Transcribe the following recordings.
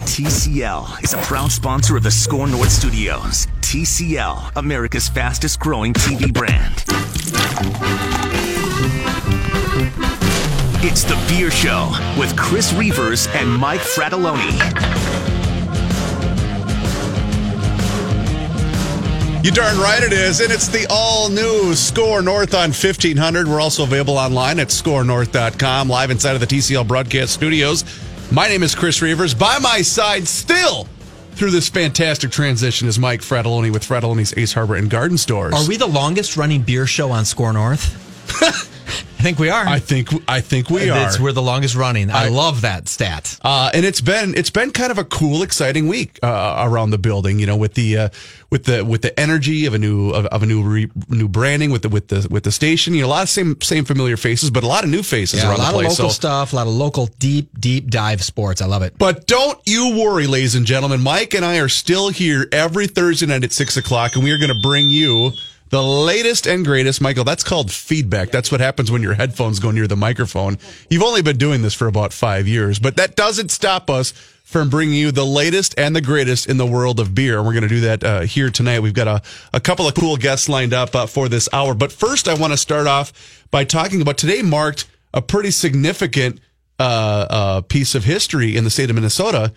TCL is a proud sponsor of the Score North Studios. TCL, America's fastest growing TV brand. It's The Beer Show with Chris Reavers and Mike Fratelloni. You darn right it is. And it's the all new Score North on 1500. We're also available online at scorenorth.com, live inside of the TCL broadcast studios. My name is Chris Reavers. By my side, still through this fantastic transition, is Mike Fratelloni with Fratelloni's Ace Harbor and Garden Stores. Are we the longest running beer show on Score North? I think we are. I think I think we are. It's- we're the longest running. I, I- love that stat. Uh, and it's been it's been kind of a cool, exciting week uh, around the building. You know, with the uh, with the with the energy of a new of, of a new re, new branding with the with the with the station. You know, a lot of same same familiar faces, but a lot of new faces Yeah, a around lot the place. of local so- stuff, a lot of local deep, deep dive sports. I love it. But don't you worry, ladies and gentlemen. Mike and I are still here every Thursday night at six o'clock, and we are going to bring you the latest and greatest. Michael, that's called feedback. That's what happens when your headphones go near the microphone. You've only been doing this for about five years, but that doesn't stop us from bringing you the latest and the greatest in the world of beer. And we're going to do that uh, here tonight. We've got a, a couple of cool guests lined up uh, for this hour. But first, I want to start off by talking about today marked a pretty significant uh, uh, piece of history in the state of Minnesota.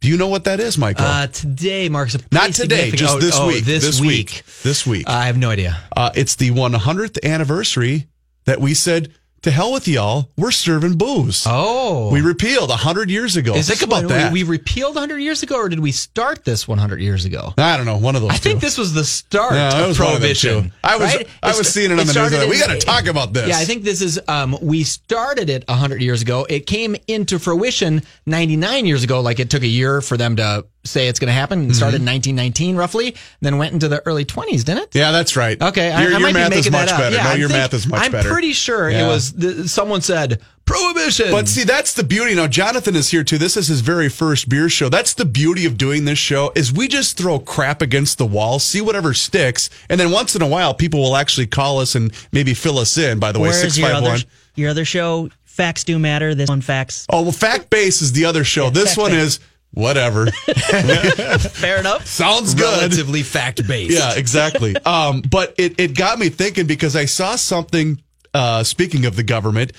Do you know what that is, Michael? Uh, today marks a Not pretty today, significant- just oh, this oh, week. This, week. This week. I have no idea. Uh, it's the 100th anniversary that we said, to hell with y'all, we're serving booze. Oh, We repealed 100 years ago. is Think this about one- that. We, we repealed 100 years ago, or did we start this 100 years ago? I don't know, one of those I think two. this was the start Yeah, it of was one of them prohibition. too. I was- right? I was It's- seeing it on the news, started like, "We in- gotta talk about this." Yeah, I think this is um, we started it 100 years ago. It came into fruition 99 years ago. Like it took a year for them to say it's going to happen. It started in 1919 roughly, and then went into the early 20s, didn't it? Mm-hmm. Yeah, that's right. Okay, I- your, I your might be math is making much that up. better. Yeah, no, I'm your think- math is much I'm better. pretty sure Yeah. it was the, someone said prohibition. But see, that's the beauty. Now, Jonathan is here too. This is his very first beer show. That's the beauty of doing this show is we just throw crap against the wall, see whatever sticks, and then once in a while, people will actually call us and maybe fill us in. By the way, six Whereas your five other one. sh- your other show, facts do matter. This one, facts. Oh well, fact base is the other show. this Fact one Base. is whatever. Fair enough. Sounds good. relatively fact based. Yeah, exactly. um, but it, it got me thinking because I saw something. Uh, speaking of the government,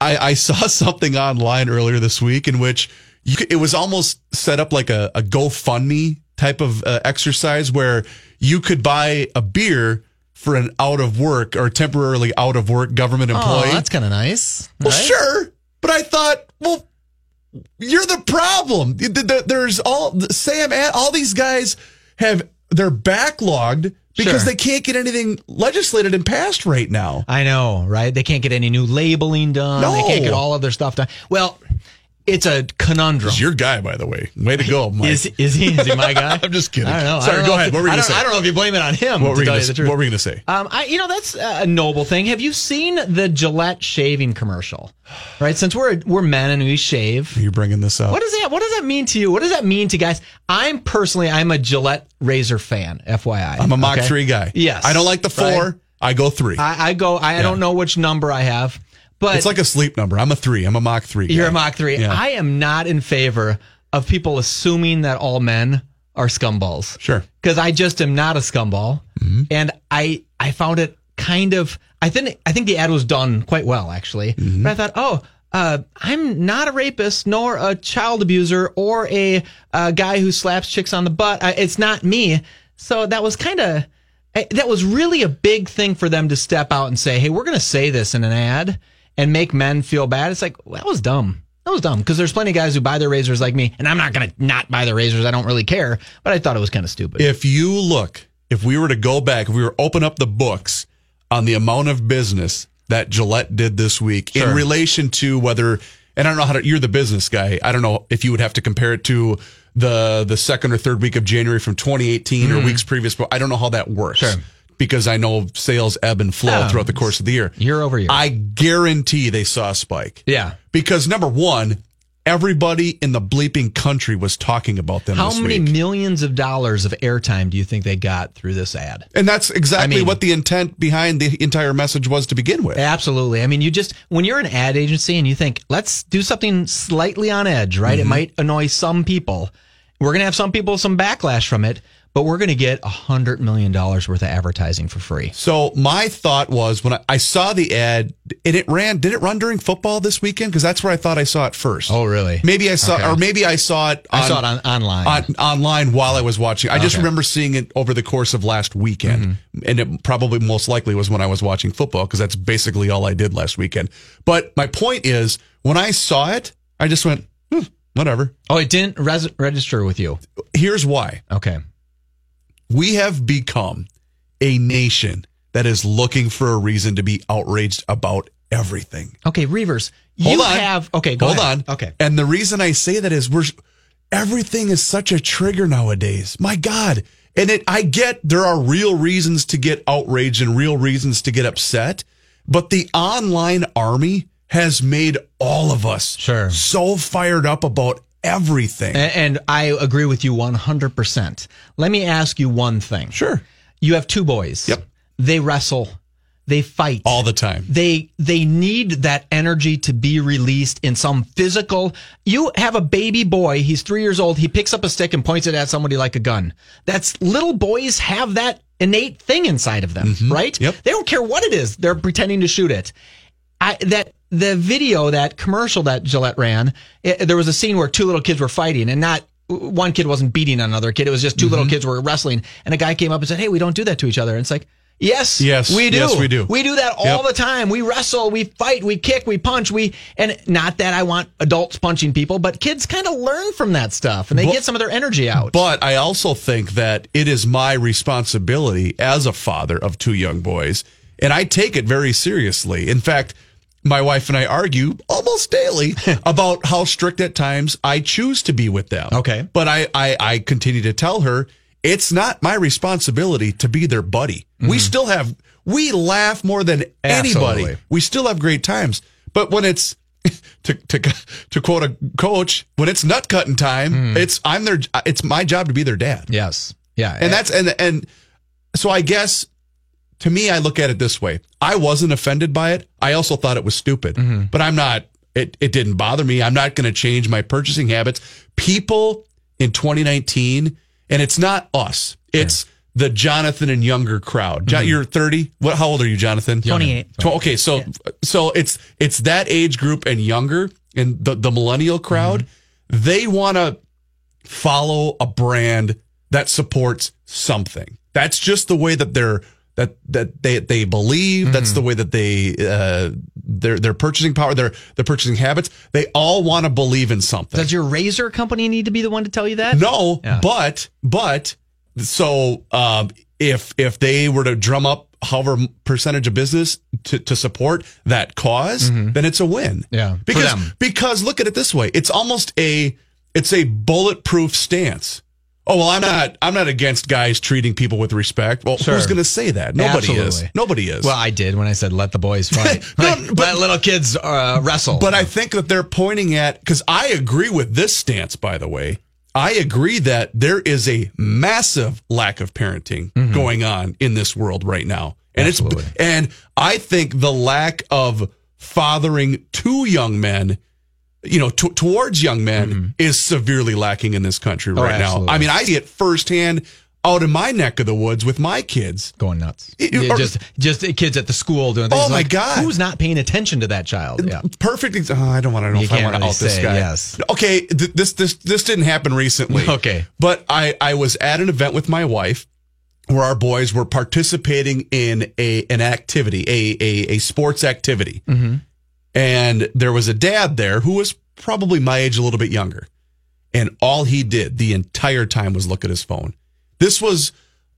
I, I saw something online earlier this week in which you, c- it was almost set up like a, a GoFundMe type of uh, exercise where you could buy a beer for an out of work or temporarily out of work government Oh, employee. that's kind of nice. Well, right? sure, but I thought, well, you're the problem. Th- th- There's all Sam and all these guys have they're backlogged because Sure. they can't get anything legislated and passed right now. I know, right? They can't get any new labeling done. They can't get No. all of their stuff done. Well, it's a conundrum. It's your guy, by the way. Way to go, Mike. Is is he is he my guy? I'm just kidding. I don't know. I Sorry, don't go know ahead. if- What were you I gonna say? don't, I don't know if you blame it on him. what to were you gonna tell you the say? truth. What were you gonna say? Um, I, you know, that's uh, a noble thing. Have you seen the Gillette shaving commercial? Right, since we're we're men and we shave. You're bringing this up. What does that What does that mean to you? What does that mean to guys? I'm personally, I'm a Gillette razor fan. FYI, I'm a Mach okay? three guy. Yes, I don't like the right? four. I go three. I, I go. I, I don't know which number I have, but it's like a sleep number. I'm a three. I'm a Mach three. You're guy. a Mach 3. Yeah. I am not in favor of people assuming that all men are scumballs. Sure. Because I just am not a scumball. And I I found it kind of I think I think the ad was done quite well actually. But I thought, oh, uh, I'm not a rapist, nor a child abuser, or a uh, guy who slaps chicks on the butt. I, it's not me. So that was kind of I- that was really a big thing for them to step out and say, "Hey, we're going to say this in an ad and make men feel bad." It's like well, that was dumb. That was dumb because there's plenty of guys who buy their razors like me, and I'm not going to not buy their razors. I don't really care, but I thought it was kind of stupid. If you look, if we were to go back, if we were to open up the books on the amount of business that Gillette did this week in relation to whether, and And I don't know how to. You're the business guy. I don't know if you would have to compare it to the the second or third week of January from 2018 or weeks previous. But I don't know how that works Mm-hmm. Sure. Oh. because I know sales ebb and flow Yeah. throughout the course of the year. Year over year. I guarantee they saw a spike. yeah. Because number one, everybody in the bleeping country was talking about them. How this many week. millions of dollars of airtime do you think they got through this ad? And that's exactly I mean- what the intent behind the entire message was to begin with. Absolutely. I mean, you just when you're an ad agency and you think, let's do something slightly on edge, right? It might annoy some people. We're gonna have some people some backlash from it, but we're gonna get a hundred million dollars worth of advertising for free. So my thought was when I, I saw the ad, and it ran. Did it run during football this weekend? Because that's where I thought I saw it first. Oh, really? maybe I saw, or maybe I saw it. I saw it on online. on- online while I was watching. I just remember seeing it over the course of last weekend, Mm-hmm. and it probably most likely was when I was watching football because that's basically all I did last weekend. But my point is, when I saw it, I just went, hmm, whatever. oh, it didn't res- register with you. Here's why. Okay. we have become a nation that is looking for a reason to be outraged about everything. Okay, Reavers. Hold you on. have okay, go Hold ahead. on. Okay. And the reason I say that is we're everything is such a trigger nowadays. My God. And it I get there are real reasons to get outraged and real reasons to get upset, but the online army has made all of us Sure. so fired up about everything. A- And I agree with you 100%. Let me ask you one thing. sure. You have two boys. Yep. They wrestle. They fight. All the time. they they need that energy to be released in some physical you have a baby boy he's three years old he picks up a stick and points it at somebody like a gun that's little boys have that innate thing inside of them right Mm-hmm. Yep. they don't care what it is they're pretending to shoot it I, that the video, that commercial that Gillette ran, it, there was a scene where two little kids were fighting and not one kid wasn't beating another kid. It was just 2 Mm-hmm. little kids were wrestling and a guy came up and said, Hey, we don't do that to each other. And it's like, Yes, Yes, we do. yes, we do. We do that all Yep. the time. We wrestle, we fight, we kick, we punch, we, and not that I want adults punching people, but kids kind of learn from that stuff and they Well- get some of their energy out. But I also think that it is my responsibility as a father of two young boys, and I take it very seriously. In fact, my wife and I argue almost daily about how strict at times I choose to be with them. Okay. But I, I, I continue to tell her it's not my responsibility to be their buddy. We still have, we laugh more than anybody. Absolutely. We still have great times. But when it's, to, to to quote a coach, when it's nut cutting time, it's I'm their it's my job to be their dad. yes. Yeah. And that's and and so I guess to me I look at it this way. I wasn't offended by it. I also thought it was stupid. But I'm not it it didn't bother me. I'm not going to change my purchasing habits. People in 2019 and it's not us. It's the Jonathan and younger crowd. Jo- You're 30. What how old are you, Jonathan? 28. Tw- Okay, so so it's it's that age group and younger and the the millennial crowd, they want to follow a brand that supports something. That's just the way that they're that that they they believe. That's the way that they uh their their purchasing power, their their purchasing habits. They all want to believe in something. does your razor company need to be the one to tell you that? No, Yeah. but but so um, if if they were to drum up however percentage of business to, to support that because then it's a win. Mm-hmm. Yeah, for because them. because look at it this way, it's almost a it's a bulletproof stance. Oh well, I'm not I'm not against guys treating people with respect. Well, Sure. who's going to say that? Nobody is. Absolutely. Nobody is. Well, I did when I said let the boys fight. No, Like, but- let little kids uh, wrestle. But I think that they're pointing at because I agree with this stance, by the way. I agree that there is a massive lack of parenting going on in this world right now. And it's and I think the lack of fathering to young men, you know, t- towards young men is severely lacking in this country right now. absolutely. I mean, I see it firsthand out in my neck of the woods with my kids. going nuts. It- it- Yeah, just just the kids at the school doing things. Oh, my like, God. Who's not paying attention to that child? Yeah. Perfect. Ex- oh, I don't want to know You if I can't want to really out this say guy. yes. Okay, th- this this this didn't happen recently. Okay. but I I was at an event with my wife where our boys were participating in a an activity, a a, a sports activity, Mm-hmm. and there was a dad there who was probably my age, a little bit younger, and all he did the entire time was look at his phone. This was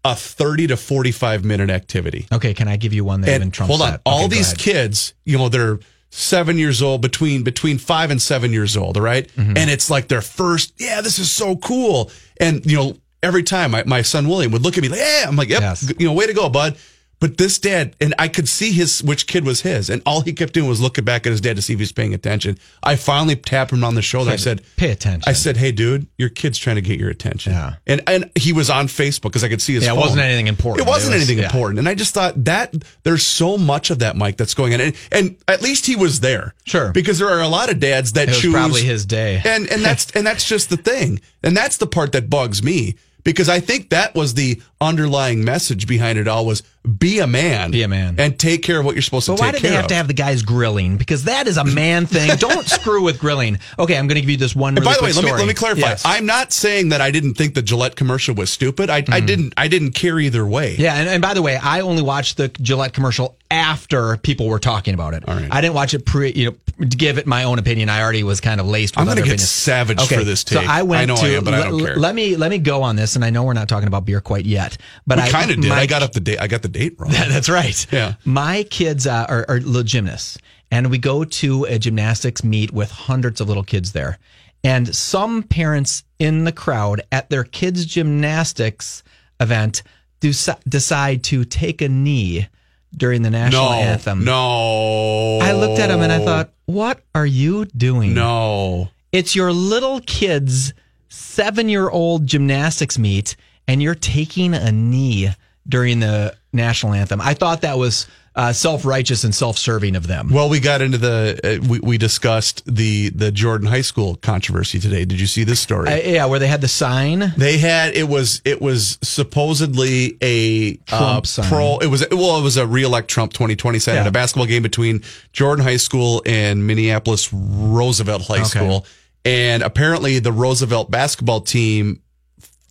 a thirty to forty five minute activity Okay, can I give you one that even trumps hold on, that? all Okay, go these ahead. kids, you know, they're seven years old, between between five and seven years old, all right? Mm-hmm. And it's like their first, yeah, this is so cool. And you know, every time my, my son William would look at me like, yeah, I'm like, yep, Yes. g- you know, way to go, bud. But this dad, and I could see his which kid was his, and all he kept doing was looking back at his dad to see if he was paying attention. I finally tapped him on the shoulder. I said, Pay attention. I said, "Hey, dude, your kid's trying to get your attention." Yeah. and and he was on Facebook because I could see his. Yeah, it phone. wasn't anything important. It wasn't It was- anything yeah. important, and I just thought that there's so much of that, Mike, that's going on, and, and at least he was there. Sure. because there are a lot of dads that It was choose probably his day. and and that's and that's just the thing, and that's the part that bugs me because I think that was the underlying message behind it all was be a man, Be a man. and take care of what you're supposed But to why take did care they have of. to have the guys grilling? Because that is a man thing. Don't screw with grilling. Okay, I'm going to give you this one. And Really by the way, let quick me story. let me clarify. Yes. I'm not saying that I didn't think the Gillette commercial was stupid. I, I didn't I didn't care either way. Mm. Yeah, and, and by the way, I only watched the Gillette commercial after people were talking about it. I didn't watch it pre, you know, to give it my own opinion. I already was kind of laced. With I'm gonna other get opinions. savage for this So take. I went I know I to. am, but I don't le- care. Let me let me go on this, and I know we're not talking about beer quite yet, but I I kind of did. I my- got up the date. I got the date wrong. That's right. Yeah. My kids uh, are, are little gymnasts, and we go to a gymnastics meet with hundreds of little kids there. And some parents in the crowd at their kids' gymnastics event do, decide to take a knee during the national no, anthem. no. I looked at them and I thought, what are you doing? no. It's your little kids' seven year old gymnastics meet, and you're taking a knee during the national anthem. I thought that was uh, self righteous and self serving of them. Well, we got into the uh, we we discussed the the Jordan High School controversy today. Did you see this story? Uh, yeah, where they had the sign. They had it was it was supposedly a uh, Trump sign. pro. It was well, it was a reelect Trump 2020 sign at Yeah. a basketball game between Jordan High School and Minneapolis Roosevelt High School, and apparently the Roosevelt basketball team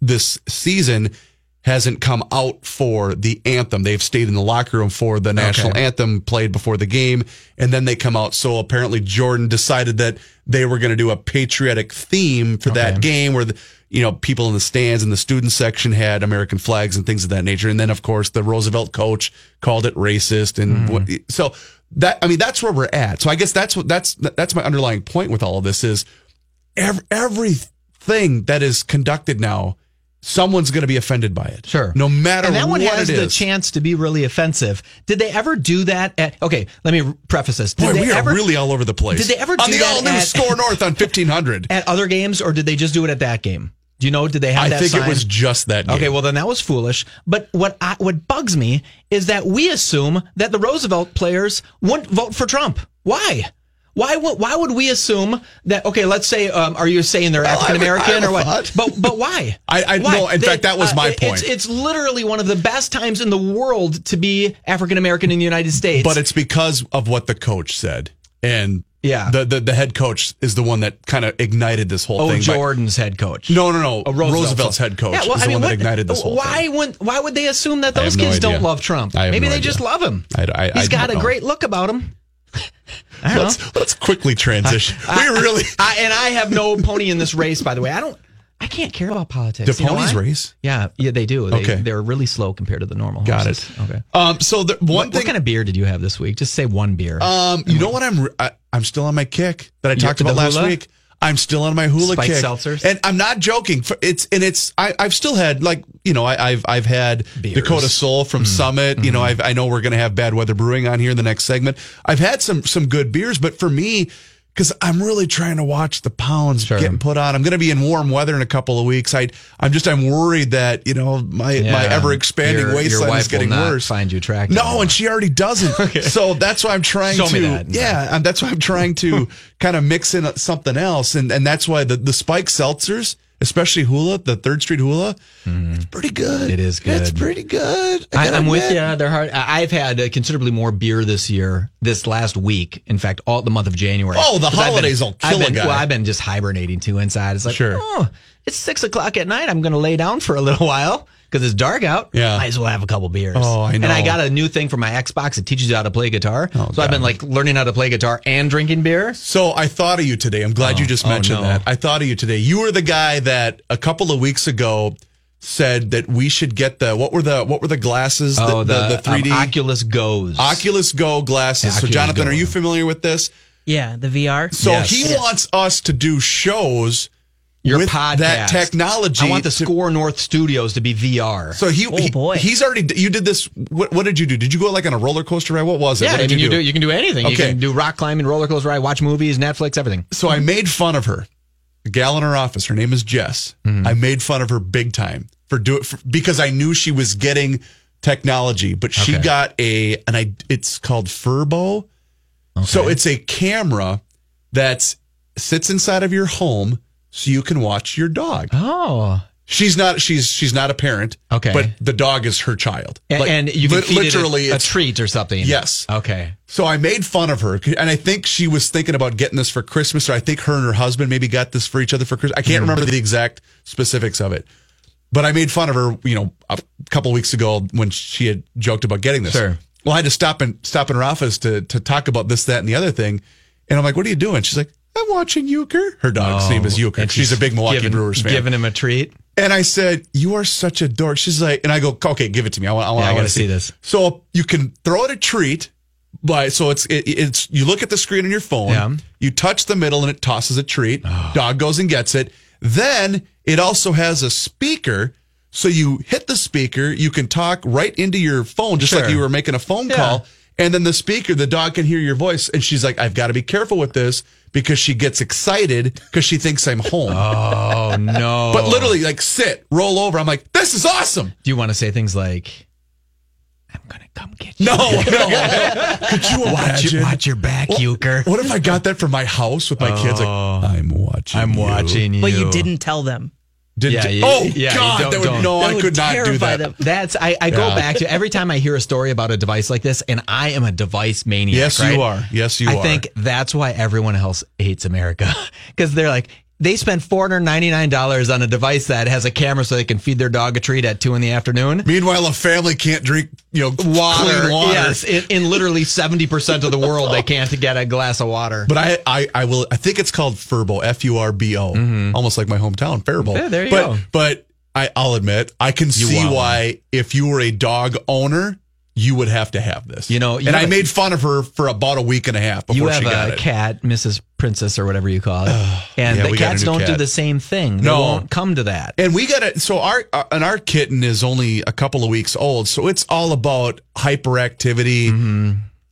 this season hasn't come out for the anthem. They've stayed in the locker room for the national anthem played before the game, and then they come out. So apparently, Jordan decided that they were going to do a patriotic theme for that game, where the, you know people in the stands and the student section had American flags and things of that nature. And then, of course, the Roosevelt coach called it racist, and what, so that I mean that's where we're at. So I guess that's what that's that's my underlying point with all of this is ev- everything that is conducted now, someone's going to be offended by it. Sure. No matter And that what one has it the is. chance to be really offensive. Did they ever do that at? Okay, let me preface this. Did Boy, they we are ever- really all over the place. Did they ever on do the that all new at- Score North on fifteen hundred? at other games, or did they just do it at that game? Do you know? Did they have I that? think it sign? was just that. Game. Okay, well then that was foolish. But what I, what bugs me is that we assume that the Roosevelt players wouldn't vote for Trump. Why? Why would why would we assume that? Okay, let's say, um, are you saying they're African I American would- I or would what? thought. But but why? I- I- Why? uh, no, in fact, that was my it- it's- point. It's, literally one of the best times in the world to be African American in the United States. but it's because of what the coach said, and Yeah. the the, the head coach is the one that kind of ignited this whole oh thing. by- Jordan's head coach. no, no, no. Oh, Roosevelt. Roosevelt's head coach Yeah, well, is the I mean, one what- that ignited this whole why thing. Would, why would they assume that I have those no kids idea. don't love Trump? I have Maybe no they idea. just love him. I- I- I He's got don't a know. great look about him. I don't know. Let's let's quickly transition. we really I, and I have no pony in this race, by the way. I don't. I can't care about politics. the You know ponies why? race. Yeah, yeah, they do. They, Okay. they're really slow compared to the normal. Got horses. it. Okay. Um, so the one What, thing what kind of beer did you have this week? Just say one beer. Um, you know what? I'm I, I'm still on my kick that I talked the about last hula? week. I'm still on my hula Spiked kick, seltzers? and I'm not joking. For- It's and it's I, I've still had like you know I, I've I've had Beers. Mm. Mm-hmm. Dakota Soul from Summit. You know I've, I know we're gonna have Bad Weather Brewing on here in the next segment. I've had some some good beers, but for me. Because I'm really trying to watch the pounds Sure. getting put on. I'm going to be in warm weather in a couple of weeks. I, I'm just, I'm worried that you know my my Yeah, ever expanding your- your waistline wife is getting will not worse. Find you attractive. No, and she already doesn't. So that's why I'm trying Show to. me that. Yeah, and that's why I'm trying to kind of mix in something else, and and that's why the the spike seltzers, especially Hula, the Third Street Hula, it's pretty good. Mm-hmm. It is It's good. pretty good. I, gotta I'm with admit. you. They're hard. I- I've had uh, considerably more beer this year, this last week. In fact, all the month of January. Oh, the 'Cause I've been- holidays will kill I've been, a guy. Well, I've been just hibernating too inside. It's like, Sure. oh, it's six o'clock at night. I'm going to lay down for a little while because it's dark out. Yeah. might as well have a couple beers. Oh, I know. Oh, And I got a new thing for my Xbox. It teaches you how to play guitar. so I've been like learning how to play guitar and drinking beer. So I thought of you today. I'm glad you just oh, mentioned no. that. I thought of you today. You were the guy that a couple of weeks ago said that we should get the what were the what were the glasses? Oh, the, the, um, 3D Oculus Goes. Oculus Go glasses. so Oculus Jonathan, Go. are you familiar with this? Yeah, the VR. So Yes. he Yes. wants us to do shows Your with podcast. that technology. I want the to- Score North Studios to be VR. So he, Oh, he- boy. he's already you did this. What, what did you do? Did you go like on a roller coaster ride? What was it? yeah, what I did mean, you do? you can do anything. You Okay. can do rock climbing, roller coaster ride, watch movies, Netflix, everything. so I made fun of her. A gal in her office, her name is Jess. Mm-hmm. I made fun of her big time for do it for, because I knew she was getting technology, but she Okay. got a and I it's called Furbo. So it's a camera that sits inside of your home so you can watch your dog. Oh, She's not she's she's not a parent. Okay. But the dog is her child. and, Like, and you can li- feed it literally a, a it's- treat or something. Yes. Okay. so I made fun of her, and I think she was thinking about getting this for Christmas, or I think her and her husband maybe got this for each other for Christmas. I Mm-hmm. can't remember the exact specifics of it, but I made fun of her, you know, a couple weeks ago when she had joked about getting this. Sure. Well, I had to stop and stop in her office to to talk about this, that, and the other thing, and I'm like, "What are you doing?" She's like, "I'm watching Euchre." Her Oh, dog's name is Euchre. And She's a big Milwaukee giving- Brewers fan. Giving him a treat. And I said, "You are such a dork." She's like, and I go, "Okay, give it to me. I want. I want. Yeah, I want gotta to see this. So you can throw it a treat, by so it's it, it's you look at the screen on your phone. Yeah. Oh. You touch the middle and it tosses a treat. Dog goes and gets it. Then it also has a speaker. So you hit the speaker, you can talk right into your phone, just like Sure. you were making a phone Yeah. call. And then the speaker, the dog can hear your voice. And she's like, I've got to be careful with this because she gets excited because she thinks I'm home. Oh no. But literally, like, sit, roll over. I'm like, this is awesome. do you want to say things like, "I'm gonna come get you"? No, no, no. Could you Watch, imagine? your- watch your back, Euchre. What if I got that from my house with my kids? Like, I'm watching. Oh. I'm you." watching you. But you didn't tell them. Did, Yeah, did- you- oh yeah, you God! don't- that would, don't. No, That I would could not do that. terrify them. That's I, I go Yeah. back to every time I hear a story about a device like this, and I am a device maniac. Yes, you right? are. Yes, you I are. think that's why everyone else hates America because they're like they spend four hundred ninety nine dollars on a device that has a camera so they can feed their dog a treat at two in the afternoon. Meanwhile, a family can't drink, you know, clean water. yes, in, in literally seventy percent of the world they can't get a glass of water. But I, I, I will. I think it's called Furbo, F U R B O, almost like my hometown, Faribault. Mm-hmm. Yeah, there you but, go. But I, I'll admit, I can see wow. why if you were a dog owner, you would have to have this. You know, you and I have a- made fun of her for about a week and a half you before have she got a it. cat, Mrs. Princess or whatever you call it, and Yeah, the we got a cats new don't do cat. the same thing. They No. won't come to that. And we got it. So our uh, and our kitten is only a couple of weeks old. So it's all about hyperactivity. Mm-hmm.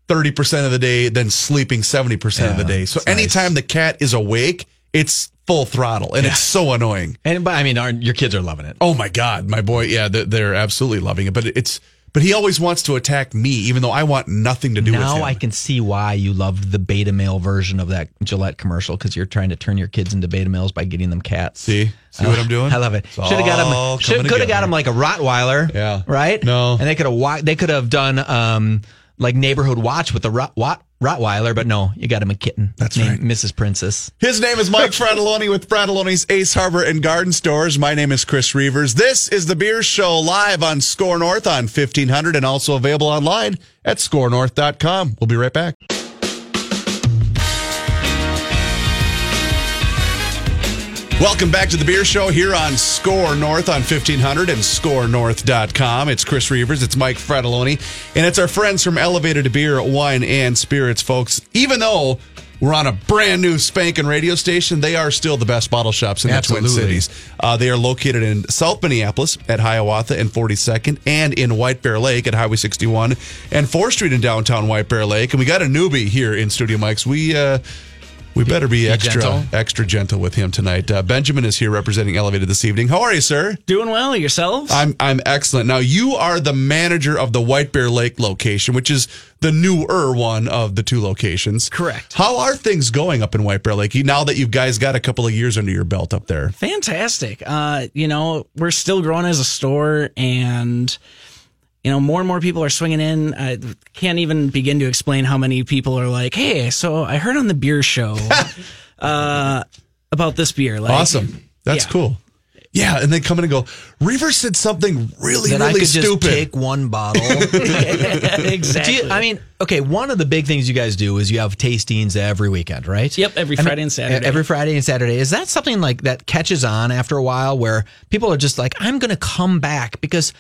30% of the day, then sleeping 70% of the day. So anytime the cat is awake, it's full throttle and it's so annoying. And but I mean, aren't, your kids are loving it. Oh my God, my boy. Yeah, they're, they're absolutely loving it. But it's but he always wants to attack me, even though I want nothing to do with him. Now I can see why you loved the beta male version of that Gillette commercial because you're trying to turn your kids into beta males by getting them cats. see see what I'm doing. I love it. It's Should have got all them. Should coming could have together. got them like a Rottweiler. Yeah. Right. No. And they could have wa- they could have done um like neighborhood watch with the Rot- Wat- Rottweiler, but no, you got him a kitten. That's right. Mrs. Princess. His name is Mike Fratelloni with Fratelloni's Ace Harbor and Garden Stores. My name is Chris Reavers. This is the Beer Show live on Score North on 1500 and also available online at scorenorth.com. We'll be right back. Welcome back to the Beer Show here on Score North on 1500 and scorenorth.com. It's Chris Reavers, it's Mike Fratelloni, and it's our friends from Elevated to Beer, Wine, and Spirits, folks. Even though we're on a brand new spanking radio station, they are still the best bottle shops in the Twin Absolutely. Cities. Uh, they are located in South Minneapolis at Hiawatha and 42nd, and in White Bear Lake at Highway 61 and 4th Street in downtown White Bear Lake. And we got a newbie here in Studio Mike's. We uh, we better be, extra gentle. extra gentle with him tonight. Uh, Benjamin is here representing Elevated this evening. How are you, sir? Doing well yourselves? I'm I'm excellent. Now you are the manager of the White Bear Lake location, which is the newer one of the two locations. Correct. How are things going up in White Bear Lake now that you guys got a couple of years under your belt up there? Fantastic. Uh, you know, we're still growing as a store and you know, more and more people are swinging in. I can't even begin to explain how many people are like, "Hey, so I heard on the beer show uh, about this beer." Like, Awesome. That's Yeah. cool. Yeah, and then come in and go, Reaver said something really, that I really could stupid. just take one bottle. exactly. Do you- I mean, okay, one of the big things you guys do is you have tastings every weekend, right? Yep, every I mean, e-, Friday and Saturday. Every Friday and Saturday. Is that something like that catches on after a while where people are just like, I'm going to come back? Because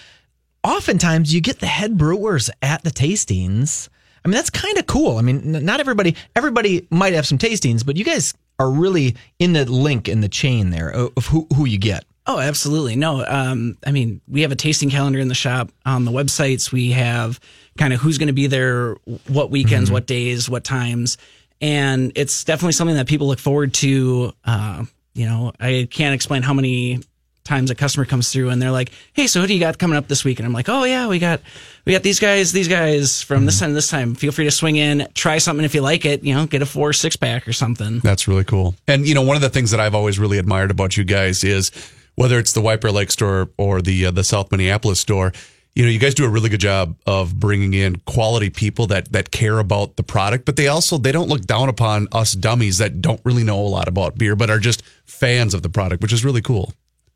oftentimes you get the head brewers at the tastings. I mean, that's kind of cool. I mean, n- not everybody, everybody might have some tastings, but you guys are really in the link in the chain there of of who, who you get. Oh, absolutely. No, um, I mean, we have a tasting calendar in the shop. On the websites, we have kind of who's going to be there, what weekends, what days, what times. And it's definitely something that people look forward to. Uh, you know, I can't explain how many times a customer comes through and they're like, "Hey, so who do you got coming up this week?" And I'm like, "Oh yeah, we got we got these guys, these guys from this time to this time. Feel free to swing in, try something if you like it. You know, get a four six pack or something." That's really cool. Mm-hmm. And you know, one of the things that I've always really admired about you guys is whether it's the Wiper Lake store or the uh, the South Minneapolis store. You know, you guys do a really good job of bringing in quality people that that care about the product, but they also they don't look down upon us dummies that don't really know a lot about beer, but are just fans of the product, which is really cool.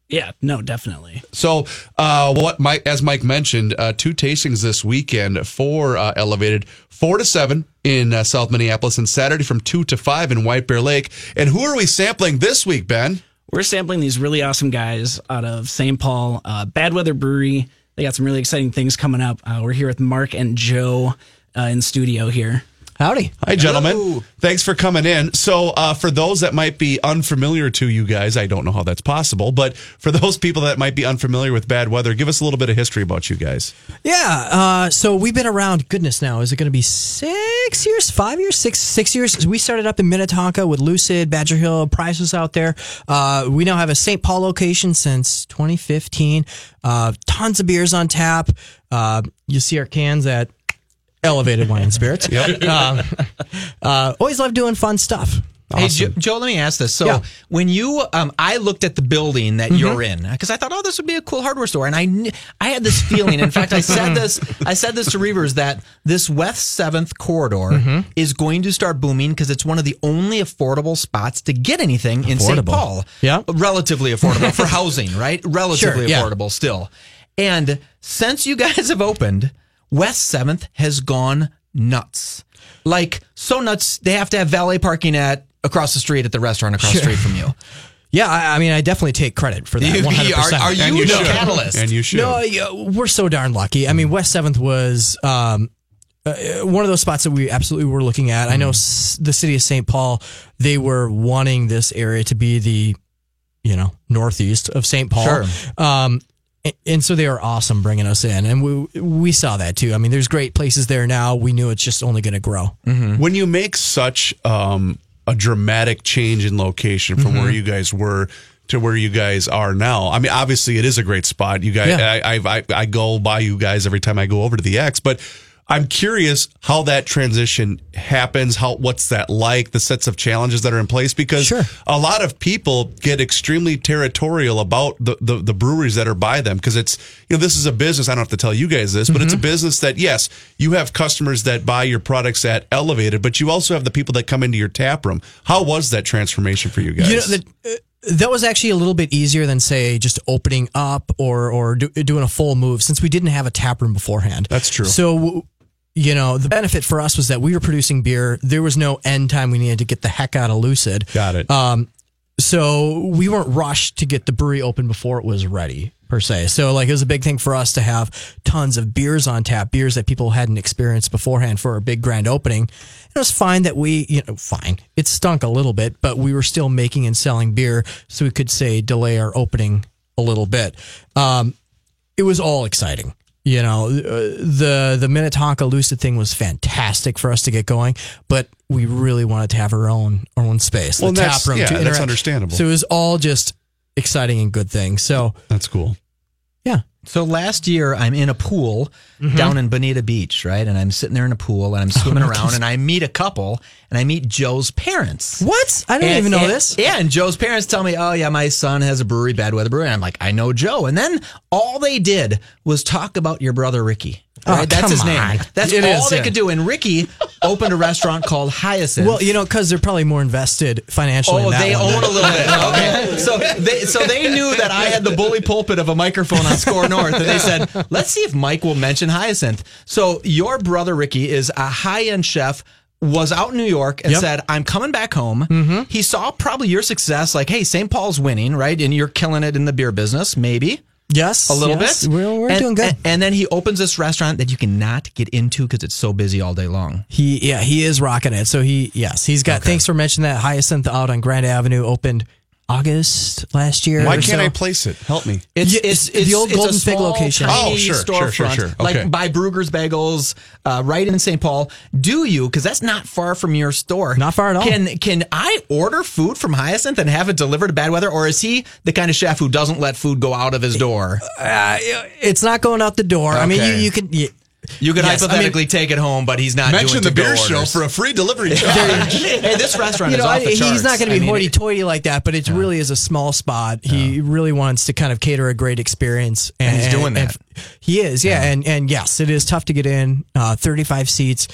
Yeah, no, definitely. So, uh, what Mike, as Mike mentioned, uh, two tastings this weekend for uh, Elevated, four to seven in uh, South Minneapolis, and Saturday from two to five in White Bear Lake. And who are we sampling this week, Ben? we're sampling these really awesome guys out of St. Paul, uh, Bad Weather Brewery. They got some really exciting things coming up. Uh, we're here with Mark and Joe uh, in studio here. Howdy. Hi, gentlemen. Thanks for coming in. So, uh, for those that might be unfamiliar to you guys, I don't know how that's possible, but for those people that might be unfamiliar with bad weather, give us a little bit of history about you guys. Yeah. Uh, so we've been around. Goodness, now is it going to be six years, five years, six, six years? We started up in Minnetonka with Lucid, Badger Hill, Price was out there. Uh, we now have a St. Paul location since 2015. Uh, tons of beers on tap. Uh, you see our cans at Elevated Wine and Spirits. Um, uh, always love doing fun stuff. Hey, Joe, Joe, let me ask this. So, Yeah. when you, um, I looked at the building that you're in Mm-hmm. because I thought, oh, this would be a cool hardware store, and I, kn- I had this feeling. In fact, I said this, I said this to Reavers that this West Seventh corridor Mm-hmm. is going to start booming because it's one of the only affordable spots to get anything in St. Affordable. Paul. Yeah. relatively affordable for housing, right? Relatively Sure, yeah. affordable still. And since you guys have opened, West Seventh has gone nuts like so nuts they have to have valet parking at across the street at the restaurant across the street from you. Yeah, I, I mean, I definitely take credit for that. You- you- 100%. are- are you the catalyst? uh, And you should. No, yeah, we're so darn lucky. I mean, West Seventh was um, uh, one of those spots that we absolutely were looking at. I know s- the city of St. Paul; they were wanting this area to be the, you know, northeast of St. Paul. Sure. Um, a- and so they were awesome bringing us in, and we we saw that too. I mean, there's great places there now. We knew it's just only going to grow. when you make such um, a dramatic change in location from where you guys were to where you guys are now, I mean, obviously it is a great spot. You guys, Yeah. I, I, I, I go by you guys every time I go over to the X, but I'm curious how that transition happens. How what's that like? The sets of challenges that are in place because Sure. a lot of people get extremely territorial about the, the, the breweries that are by them because it's you know this is a business i don't have to tell you guys this but Mm-hmm. it's a business that yes you have customers that buy your products at elevated but you also have the people that come into your tap room how was that transformation for you guys You know, that, uh, that was actually a little bit easier than say just opening up or or do, doing a full move since we didn't have a tap room beforehand. That's true. So. w- You know, the benefit for us was that we were producing beer. There was no end time we needed to get the heck out of Lucid. Got it. Um, so we weren't rushed to get the brewery open before it was ready, per se. So, like, it was a big thing for us to have tons of beers on tap, beers that people hadn't experienced beforehand for our big grand opening. And it was fine that we, you know, fine. It stunk a little bit, but we were still making and selling beer. So we could say delay our opening a little bit. Um, it was all exciting. You know, uh, the the Minnetonka Lucid thing was fantastic for us to get going, but we really wanted to have our own our own space, Well, the that's- tap room. yeah, to that's interact. understandable. So it was all just exciting and good things. So that's cool yeah, So last year, I'm in a pool down in Bonita Beach, right? And I'm sitting there in a pool and I'm swimming around and I meet a couple and I meet Joe's parents. what? I didn't And- even know and- this. Yeah, and Joe's parents tell me, "Oh yeah, my son has a brewery, Bad Weather Brewery." And I'm like, "I know Joe." And then all they did was talk about your brother Ricky. Oh, Right? That's come his on. name. That's It all is, they yeah. could do. And Ricky opened a restaurant called Hyacinth. Well, you know, because they're probably more invested financially. Oh, in that they one. own a little bit. Okay, so they so they knew that I had the bully pulpit of a microphone on Score North, and they said, "Let's see if Mike will mention Hyacinth." So your brother Ricky is a high end chef. Was out in New York and Yep. Mm-hmm. said, "I'm coming back home." He saw probably your success, like, "Hey, St. Paul's winning, right? And you're killing it in the beer business, maybe." Yes, a little yes, bit. We're, we're and, doing good. And, and then he opens this restaurant that you cannot get into because it's so busy all day long. He yeah, he is rocking it. So he yes, he's got thanks for mentioning that Hyacinth out on Grand Avenue opened August last year. Why or can't I so. place it? Help me. It's, Yeah, it's, it's the it's old it's a Golden Fig small, location. tiny Oh, sure, sure, sure, storefront, sure. Okay. Like by Brugger's Bagels, uh, right in St. Paul. Do you? Because that's not far from your store. Not far at all. Can can I order food from Hyacinth and have it delivered to bad weather, or is he the kind of chef who doesn't let food go out of his door? Uh, It's not going out the door. I mean, you Okay. you could. You, You could Yes, I mean- hypothetically take it home, but he's not Mention doing the to-go beer orders. show for a free delivery charge. hey, this restaurant you is know, off I, the charts. he's not going to I be mean, hoity-toity like that, but it really is a small spot. He really wants to kind of cater a great experience, and, he's doing and- that. he is, yeah, and and yes, it is tough to get in. Uh, Thirty-five seats.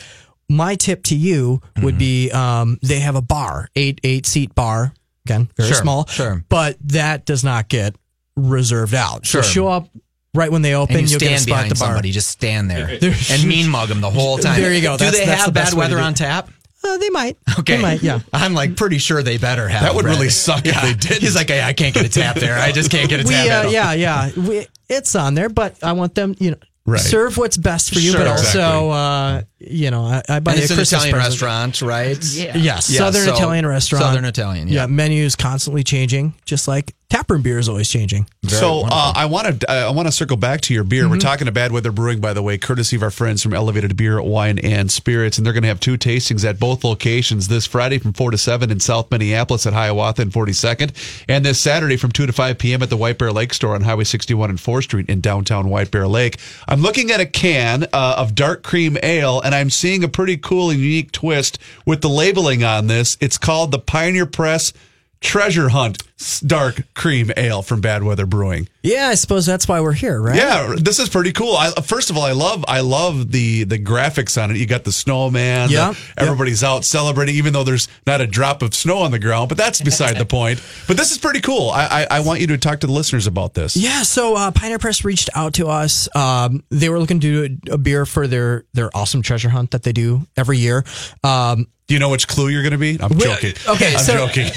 My tip to you would Mm-hmm. be um, they have a bar, eight eight seat bar. Again, very Sure, small, sure. but that does not get reserved out. Sure. So show up right when they open. and you will get a stand spot at behind the bar. somebody, just stand there and mean mug them the whole time. There you go. Do That's- they that's the have best bad way to weather do it. on tap? Uh, they might. Okay. They might. Yeah. I'm like pretty sure they better have. That would Brett. really suck if they didn't. He's like, hey, I can't get a tap there. I just can't get a we, tap. at uh, all." yeah, yeah. We, it's on there, but I want them, you know, Right. serve what's best for you, Sure. but also, uh, you know, I, I buy And you a it's an Christmas Italian present. restaurant, right? Yeah. Yes, Yeah, Southern so- Italian restaurant. Southern Italian, yeah. menus constantly changing, just like taproom beer is always changing. So uh, I want to I want to circle back to your beer. We're talking to Bad Weather Brewing, by the way, courtesy of our friends from Elevated Beer, Wine, and Spirits, and they're going to have two tastings at both locations this Friday from four to seven in South Minneapolis at Hiawatha and Forty Second, and this Saturday from two to five p.m. at the White Bear Lake store on Highway 61 and Fourth Street in downtown White Bear Lake. I'm looking at a can uh, of dark cream ale, and I'm seeing a pretty cool and unique twist with the labeling on this. It's called the Pioneer Press. Treasure Hunt Dark Cream Ale from Bad Weather Brewing. Yeah, I suppose that's why we're here, right? Yeah, this is pretty cool. I, first of all, I love I love the the graphics on it. You got the snowman. the- Yeah, everybody's out celebrating, even though there's not a drop of snow on the ground. But that's beside the point. But this is pretty cool. I, I I want you to talk to the listeners about this. Yeah, so uh, Pioneer Press reached out to us. Um, they were looking to do a, a beer for their their awesome treasure hunt that they do every year. Um, Do you know which clue you're going to be? I'm joking. uh, okay, I'm so- joking.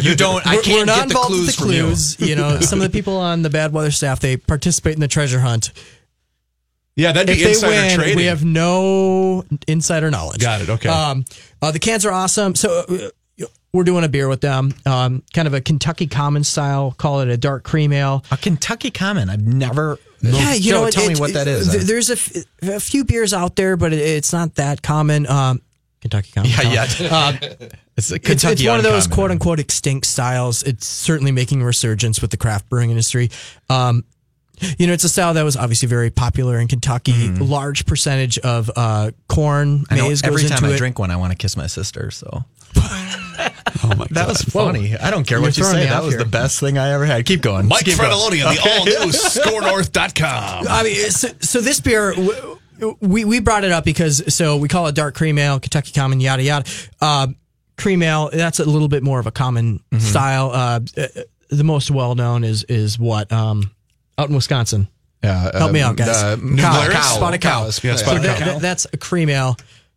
You don't. I We're- can't we're get not the involved clues, with the from you. clues. you know, some of the people on the bad weather staff they participate in the treasure hunt. Yeah, that'd if be they insider win, trading. we have no insider knowledge. Got it, okay. Um, uh, the cans are awesome. So uh, we're doing a beer with them, um, kind of a Kentucky Common style. Call it a dark cream ale. A Kentucky common. I've never. Yeah, you Joe, know, it- tell it- me what that is. th- there's a, f- a few beers out there, but it, it's not that common. Um, Kentucky Common. style. yeah, Um, yeah. it's a It's, Kentucky. it's one of those uncommon. quote unquote extinct styles. It's certainly making a resurgence with the craft brewing industry. Um, you know, it's a style that was obviously very popular in Kentucky. Large percentage of uh, corn, Mm-hmm. I know maize goes every into time I it. drink one, I want to kiss my sister. So oh my that God. was funny. I don't care what you throwing say. me That off was here. the best thing I ever had. Keep going. Mike Keep going. Fredoloni on the all new ScoreNorth.com. I mean, so, so this beer, w- we we brought it up because so we call it dark cream ale, Kentucky Common, yada yada. Uh, cream ale, that's a little bit more of a common Mm-hmm. style. Uh, the most well known is is what um, out in Wisconsin. Yeah, Help me um, out, guys. uh, cow, Blair's? spotted cow. Cows. Yeah, So spotted that- cow. that- that's a cream ale.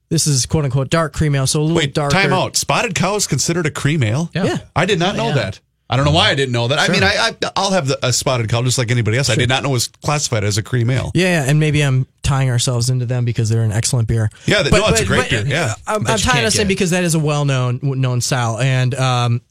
This is quote unquote dark cream ale, so a little Wait, darker. time out. Spotted cow is considered a cream ale. Yeah. I did not know that. I don't know why I didn't know that. I mean, I, I I'll have the, a spotted cow just like anybody else. I did not know it was classified as a cream ale. Yeah, yeah, and maybe I'm tying ourselves into them because they're an excellent beer. Yeah, that- no, it's a great beer, yeah. I'm, But I'm you tying can't us get in it. because that is a well-known known style, and um,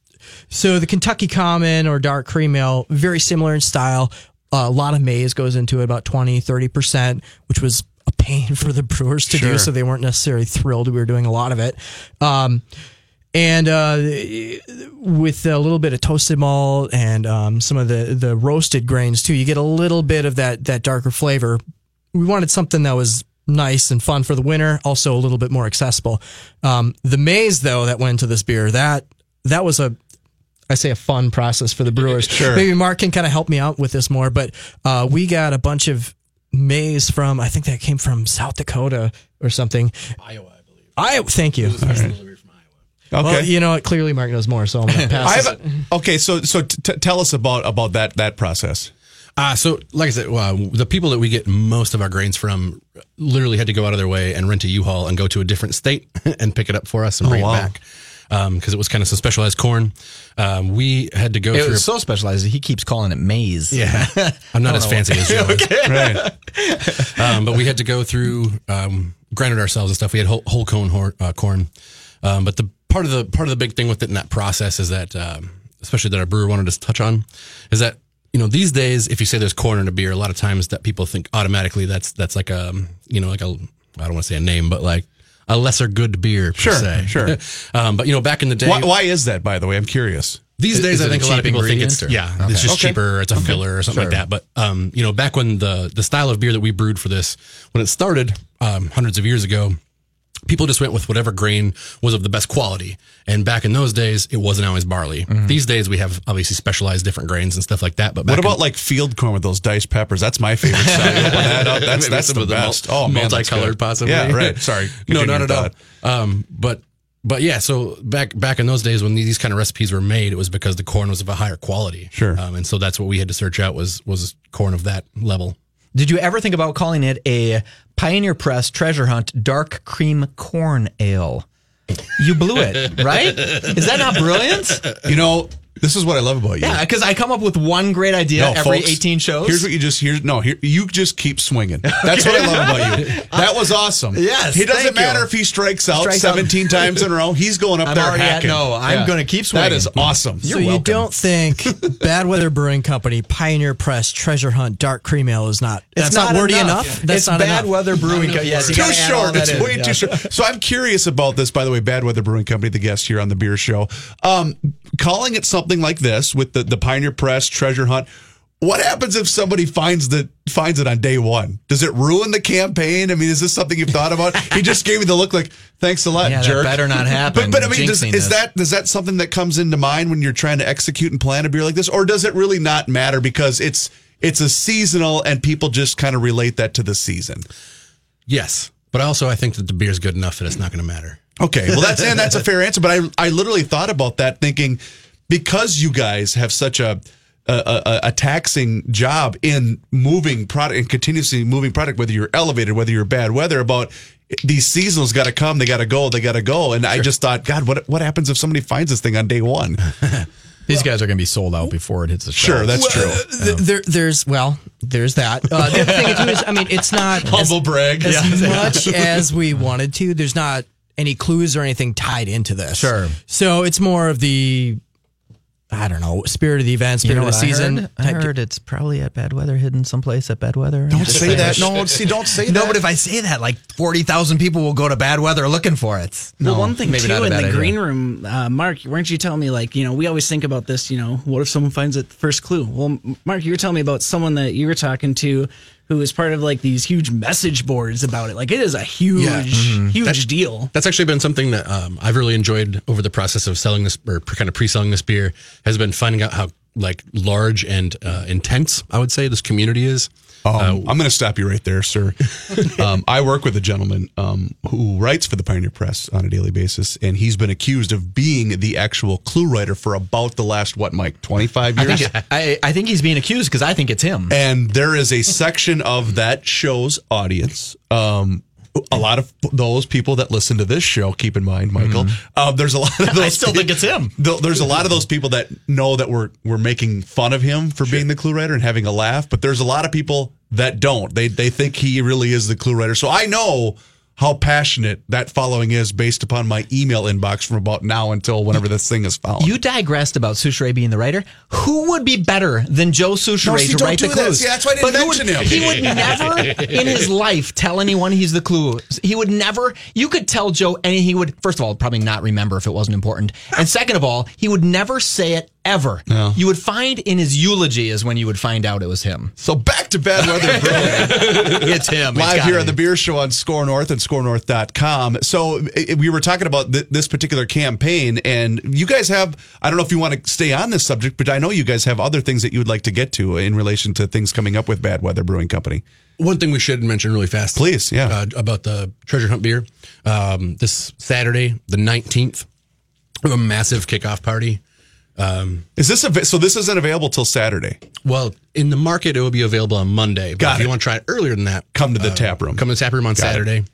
so the Kentucky Common or Dark Cream Ale, very similar in style. a lot of maize goes into it, about 20, 30 percent, which was a pain for the brewers to do, so they weren't necessarily thrilled. We were doing a lot of it. Um, and uh, with a little bit of toasted malt and um, some of the, the roasted grains too, you get a little bit of that that darker flavor. We wanted something that was nice and fun for the winter, also a little bit more accessible. Um, the maize though that went into this beer that that was a I say a fun process for the brewers. sure. Maybe Mark can kind of help me out with this more, but uh, we got a bunch of maize from I think that came from South Dakota or something. Iowa, I believe. I thank you. Okay. Well, you know what? Clearly, Mark knows more, so I'm going to pass. I this. have a- okay, so so t- t- tell us about about that that process. Uh, so, like I said, well, the people that we get most of our grains from literally had to go out of their way and rent a U-Haul and go to a different state and pick it up for Oh, us and bring wow. it back because it was kind of some specialized corn. Um, we had to go It through. was so specialized. He keeps calling it maze. yeah, I'm not as fancy as you. are. Right. um, but we had to go through um, granted ourselves and stuff. We had whole, whole cone hor- uh, corn, um, but the part of the part of the big thing with it in that process is that, um, especially that our brewer wanted us to touch on, is that you know these days if you say there's corn in a beer, a lot of times that people think automatically that's that's like a you know like a I don't want to say a name, but like a lesser good beer. Per Sure, se. sure. um, but you know back in the day, Why, why is that? By the way, I'm curious. these Is- days, is it I think a a lot of cheap people think it's ingredient, yeah, it's just Okay. cheaper. Or it's a filler or something Sure. like that. But um, you know, back when the the style of beer that we brewed for this, when it started um, hundreds of years ago, people just went with whatever grain was of the best quality. And back in those days, it wasn't always barley. These days, we have obviously specialized different grains and stuff like that. But back Mm-hmm. What about in, like field corn with those diced peppers? That's my favorite. side. Open that up. That's Maybe that's some the of the mul- best. oh man, that's good. multicolored possibly. Yeah, right. Sorry. no, Continue not with at all. that. Um, but but yeah, so back back in those days when these kind of recipes were made, it was because the corn was of a higher quality. Sure. Um, and so that's what we had to search out was was corn of that level. Did you ever think about calling it a Pioneer Press Treasure Hunt Dark Cream Corn Ale? You blew it, right? Is that not brilliant? You know, this is what I love about you. Yeah, because I come up with one great idea No, every folks, 18 shows. Here's what you just here's no here you just keep swinging. That's what I love about you. That was awesome. Yes, it doesn't thank you. matter if he strikes out Strikes out. 17 times in a row. He's going up I'm there already at hacking. no. I'm gonna keep swinging. That is awesome. so you don't think Bad Weather Brewing Company, Pioneer Press, Treasure Hunt, Dark Cream Ale is not? That's not, wordy enough. That's it's not bad enough. weather brewing. Co- yes, you too gotta add all short. that It's in, way yeah. too short. So I'm curious about this. By the way, Bad Weather Brewing Company, the guest here on the beer show, um, calling it something like this with the the Pioneer Press Treasure Hunt. What happens if somebody finds the finds it on day one? Does it ruin the campaign? I mean, is this something you've thought about? he just gave me the look like, thanks a lot, Yeah, that jerk. better not happen. But, but I mean, does, Jinxing is this. that is that something that comes into mind when you're trying to execute and plan a beer like this, or does it really not matter because it's it's a seasonal and people just kind of relate that to the season? Yes, but also I think that the beer's good enough that it's not going to matter. Okay, well that's and that's a fair answer, but I I literally thought about that thinking because you guys have such a a, a, a taxing job in moving product and continuously moving product, whether you're elevated, whether you're bad weather, about these seasonals got to come, they got to go, they got to go, and I just thought, God, what what happens if somebody finds this thing on day one? These guys are going to be sold out before it hits the shelf. Sure, that's true. Th- there, there's well, there's that. Uh, the other thing too is, I mean, it's not as, Humble brag. as much as we wanted to. There's not any clues or anything tied into this. Sure. So it's more of the, I don't know, spirit of the event, spirit You know of what the I season. heard? I heard it's probably at Bad Weather, hidden someplace at Bad Weather. Don't say that. No, see, don't say that. No, but if I say that, like 40,000 people will go to Bad Weather looking for it. Well, one thing maybe too not a in the bad idea. green room, uh, Mark, weren't you telling me like you know we always think about this? You know, what if someone finds it the first clue? Well, M- Mark, you were telling me about someone that you were talking to who was part of like these huge message boards about it. Like it is a huge, Mm-hmm. huge deal. That's actually been something that um, I've really enjoyed over the process of selling this or kind of pre-selling this beer has been finding out how like large and uh, intense I would say this community is. Um, I'm going to stop you right there, sir. um, I work with a gentleman um, who writes for the Pioneer Press on a daily basis, and he's been accused of being the actual clue writer for about the last, what, Mike, 25 I years? think, I, I think he's being accused because I think it's him. and there is a section of that show's audience. Um, a lot of those people that listen to this show, keep in mind, Michael. Um, there's a lot of those. Mm-hmm. I still think it's him. Th- There's a lot of those people that know that we're we're making fun of him for being the clue writer and having a laugh, but there's a lot of people that don't. They they think he really is the clue writer. So I know how passionate that following is based upon my email inbox from about now until whenever this thing is found. You digressed about Souchere being the writer. Who would be better than Joe Souchere No, see, to don't write do the that. clues? See, that's why I didn't who mention would, him. He would never in his life tell anyone he's the clue. He would never. You could tell Joe, and he would first of all probably not remember if it wasn't important, and second of all, he would never say it ever. You would find in his eulogy is when you would find out it was him. So back to bad weather, bro. It's him. It's Live gotta here be. on the beer show on Score North and scorenorth.com. So i- we were talking about th- this particular campaign, and you guys have, I don't know if you want to stay on this subject, but I know you guys have other things that you would like to get to in relation to things coming up with Bad Weather Brewing Company. One thing we should mention really fast, Please, yeah. uh, about the treasure hunt beer. Um, this Saturday, the nineteenth, we have a massive kickoff party. Is this, av- so this isn't available till Saturday. Well, in the market, it will be available on Monday. But Got if it. you want to try it earlier than that, Come to the tap room. Uh, Come to the tap room on Saturday.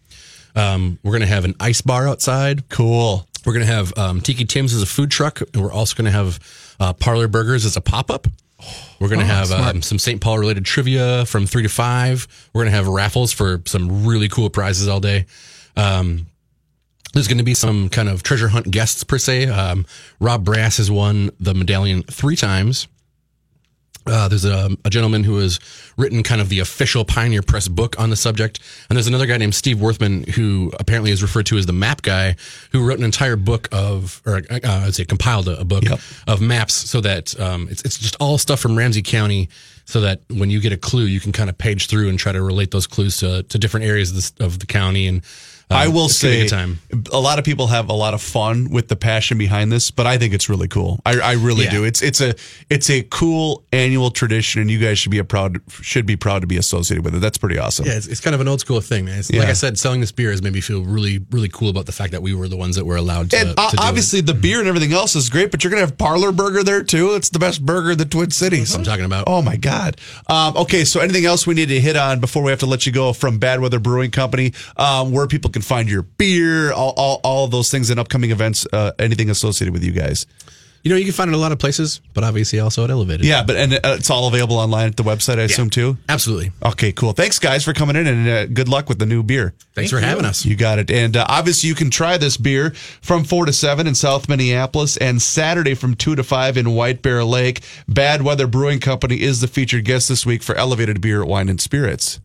Um, we're gonna have an ice bar outside. Cool. We're gonna have um, Tiki Tim's as a food truck, and we're also gonna have uh, Parlor Burgers as a pop up. We're Oh, gonna have um, some St. Paul related trivia from three to five. We're gonna have raffles for some really cool prizes all day. Um, there's going to be some kind of treasure hunt guests per se. Um, Rob Brass has won the medallion three times. Uh, there's a, a gentleman who has written kind of the official Pioneer Press book on the subject. And there's another guy named Steve Worthman, who apparently is referred to as the map guy, who wrote an entire book of, or uh, I'd say compiled a, a book of maps so that um, it's, it's just all stuff from Ramsey County so that when you get a clue, you can kind of page through and try to relate those clues to, to different areas of the, of the county. And uh, I will it's gonna be a say good time. a lot of people have a lot of fun with the passion behind this, but I think it's really cool. I, I really Yeah. do. It's it's a it's a cool annual tradition, and you guys should be a proud should be proud to be associated with it. That's pretty awesome. Yeah, it's, it's kind of an old school thing, man. It's, Yeah. Like I said, selling this beer has made me feel really, really cool about the fact that we were the ones that were allowed to. And to uh, do it. obviously, the beer and everything else is great, but you're gonna have Parlor Burger there too. It's the best burger in the Twin Cities. I'm talking about. Oh my God. Um, okay, so anything else we need to hit on before we have to let you go from Bad Weather Brewing Company, um, where people can find your beer, all, all, all of those things, and upcoming events, uh, anything associated with you guys. You know, you can find it a lot of places, but obviously also at Elevated. Yeah, but and uh, it's all available online at the website, I assume too. absolutely. Okay, cool. Thanks guys for coming in, and uh, good luck with the new beer. Thanks for having us. You got it. And uh, obviously, you can try this beer from 4 to 7 in South Minneapolis and Saturday from 2 to 5 in White Bear Lake. Bad Weather Brewing Company is the featured guest this week for Elevated Beer, Wine, and Spirits.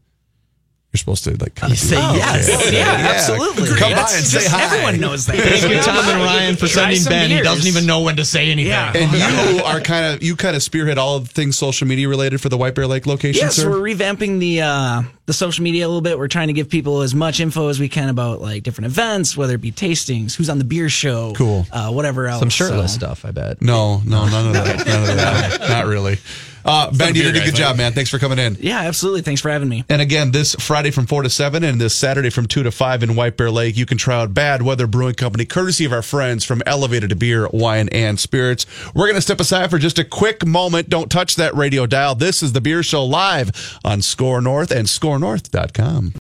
You're supposed to like kind of Say Oh. yes. yeah, absolutely. Come by That's and say just- hi. Everyone knows that. Thank you, Tom and Ryan, for Try sending some Ben. He beers. doesn't even know when to say anything. and you are kind of you kind of spearhead all of the things social media related for the White Bear Lake location, Yes, sir. we're revamping the uh, the social media a little bit. We're trying to give people as much info as we can about like different events, whether it be tastings, who's on the beer show, Cool. uh, whatever else. Some shirtless So- stuff, I bet. No, no, none of that. None of that. Not really. Uh, ben, you beer did a guy good thing. job, man. Thanks for coming in. Yeah, absolutely. Thanks for having me. And again, this Friday from 4 to 7 and this Saturday from 2 to 5 in White Bear Lake, you can try out Bad Weather Brewing Company, courtesy of our friends from Elevated to Beer, Wine, and Spirits. We're going to step aside for just a quick moment. Don't touch that radio dial. This is The Beer Show live on Score North and scorenorth.com.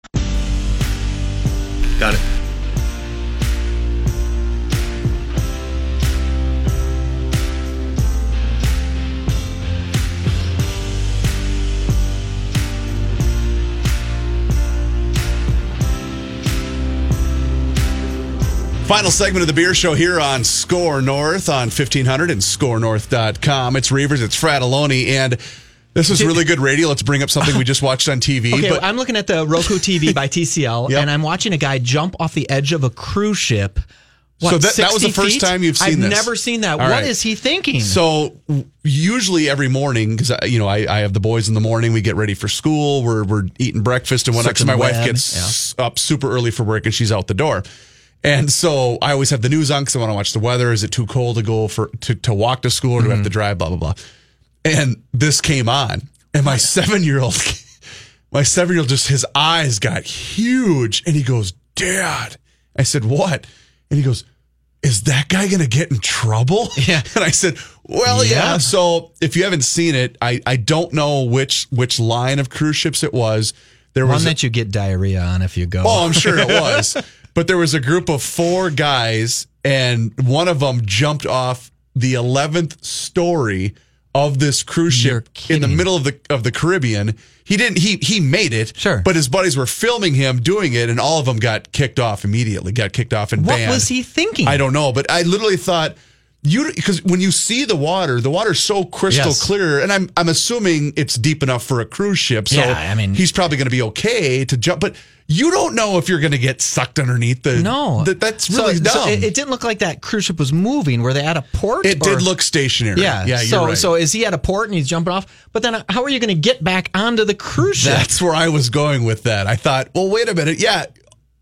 Got it. Final segment of the beer show here on Score North on 1500 and scorenorth.com. It's Reavers, it's Fratelloni, and this is really good radio. Let's bring up something we just watched on TV. Okay, but I'm looking at the Roku TV by TCL, Yep. and I'm watching a guy jump off the edge of a cruise ship. What, So that- that was the 60 first feet? time you've I've seen this. never seen that. All What is right. he thinking? So w- usually every morning, because you know I, I have the boys in the morning, we get ready for school, we're we're eating breakfast and whatnot. Because my Surfing wife web, gets up super early for work and she's out the door, and so I always have the news on because I want to watch the weather. Is it too cold to go for to, to walk to school or do I have to drive? Blah blah blah. And this came on, and my seven year old, my seven year old, just his eyes got huge, and he goes, "Dad," I said, "What?" And he goes is that guy going to get in trouble? Yeah. And I said, well, yeah. Yeah. So if you haven't seen it, I, I don't know which which line of cruise ships it was. There One was that you get diarrhea on if you go. Oh, I'm sure it was. but there was a group of four guys, and one of them jumped off the eleventh story of this cruise You're ship in the kidding. middle of the of the Caribbean. He didn't. He he made it. Sure. But his buddies were filming him doing it, and all of them got kicked off immediately. Got kicked off and What banned. was he thinking? I don't know, but I literally thought. You because when you see the water, the water's so crystal Yes. clear, and I'm I'm assuming it's deep enough for a cruise ship. So Yeah, I mean- he's probably going to be okay to jump, but you don't know if you're going to get sucked underneath the. No, that, that's really so, dumb. so it, it, it didn't look like that cruise ship was moving. Were they at a port? did or- look stationary. Yeah, yeah. You're so right. so is he at a port and he's jumping off? But then uh, how are you going to get back onto the cruise ship? That's where I was going with that. I thought, well, wait a minute. Yeah.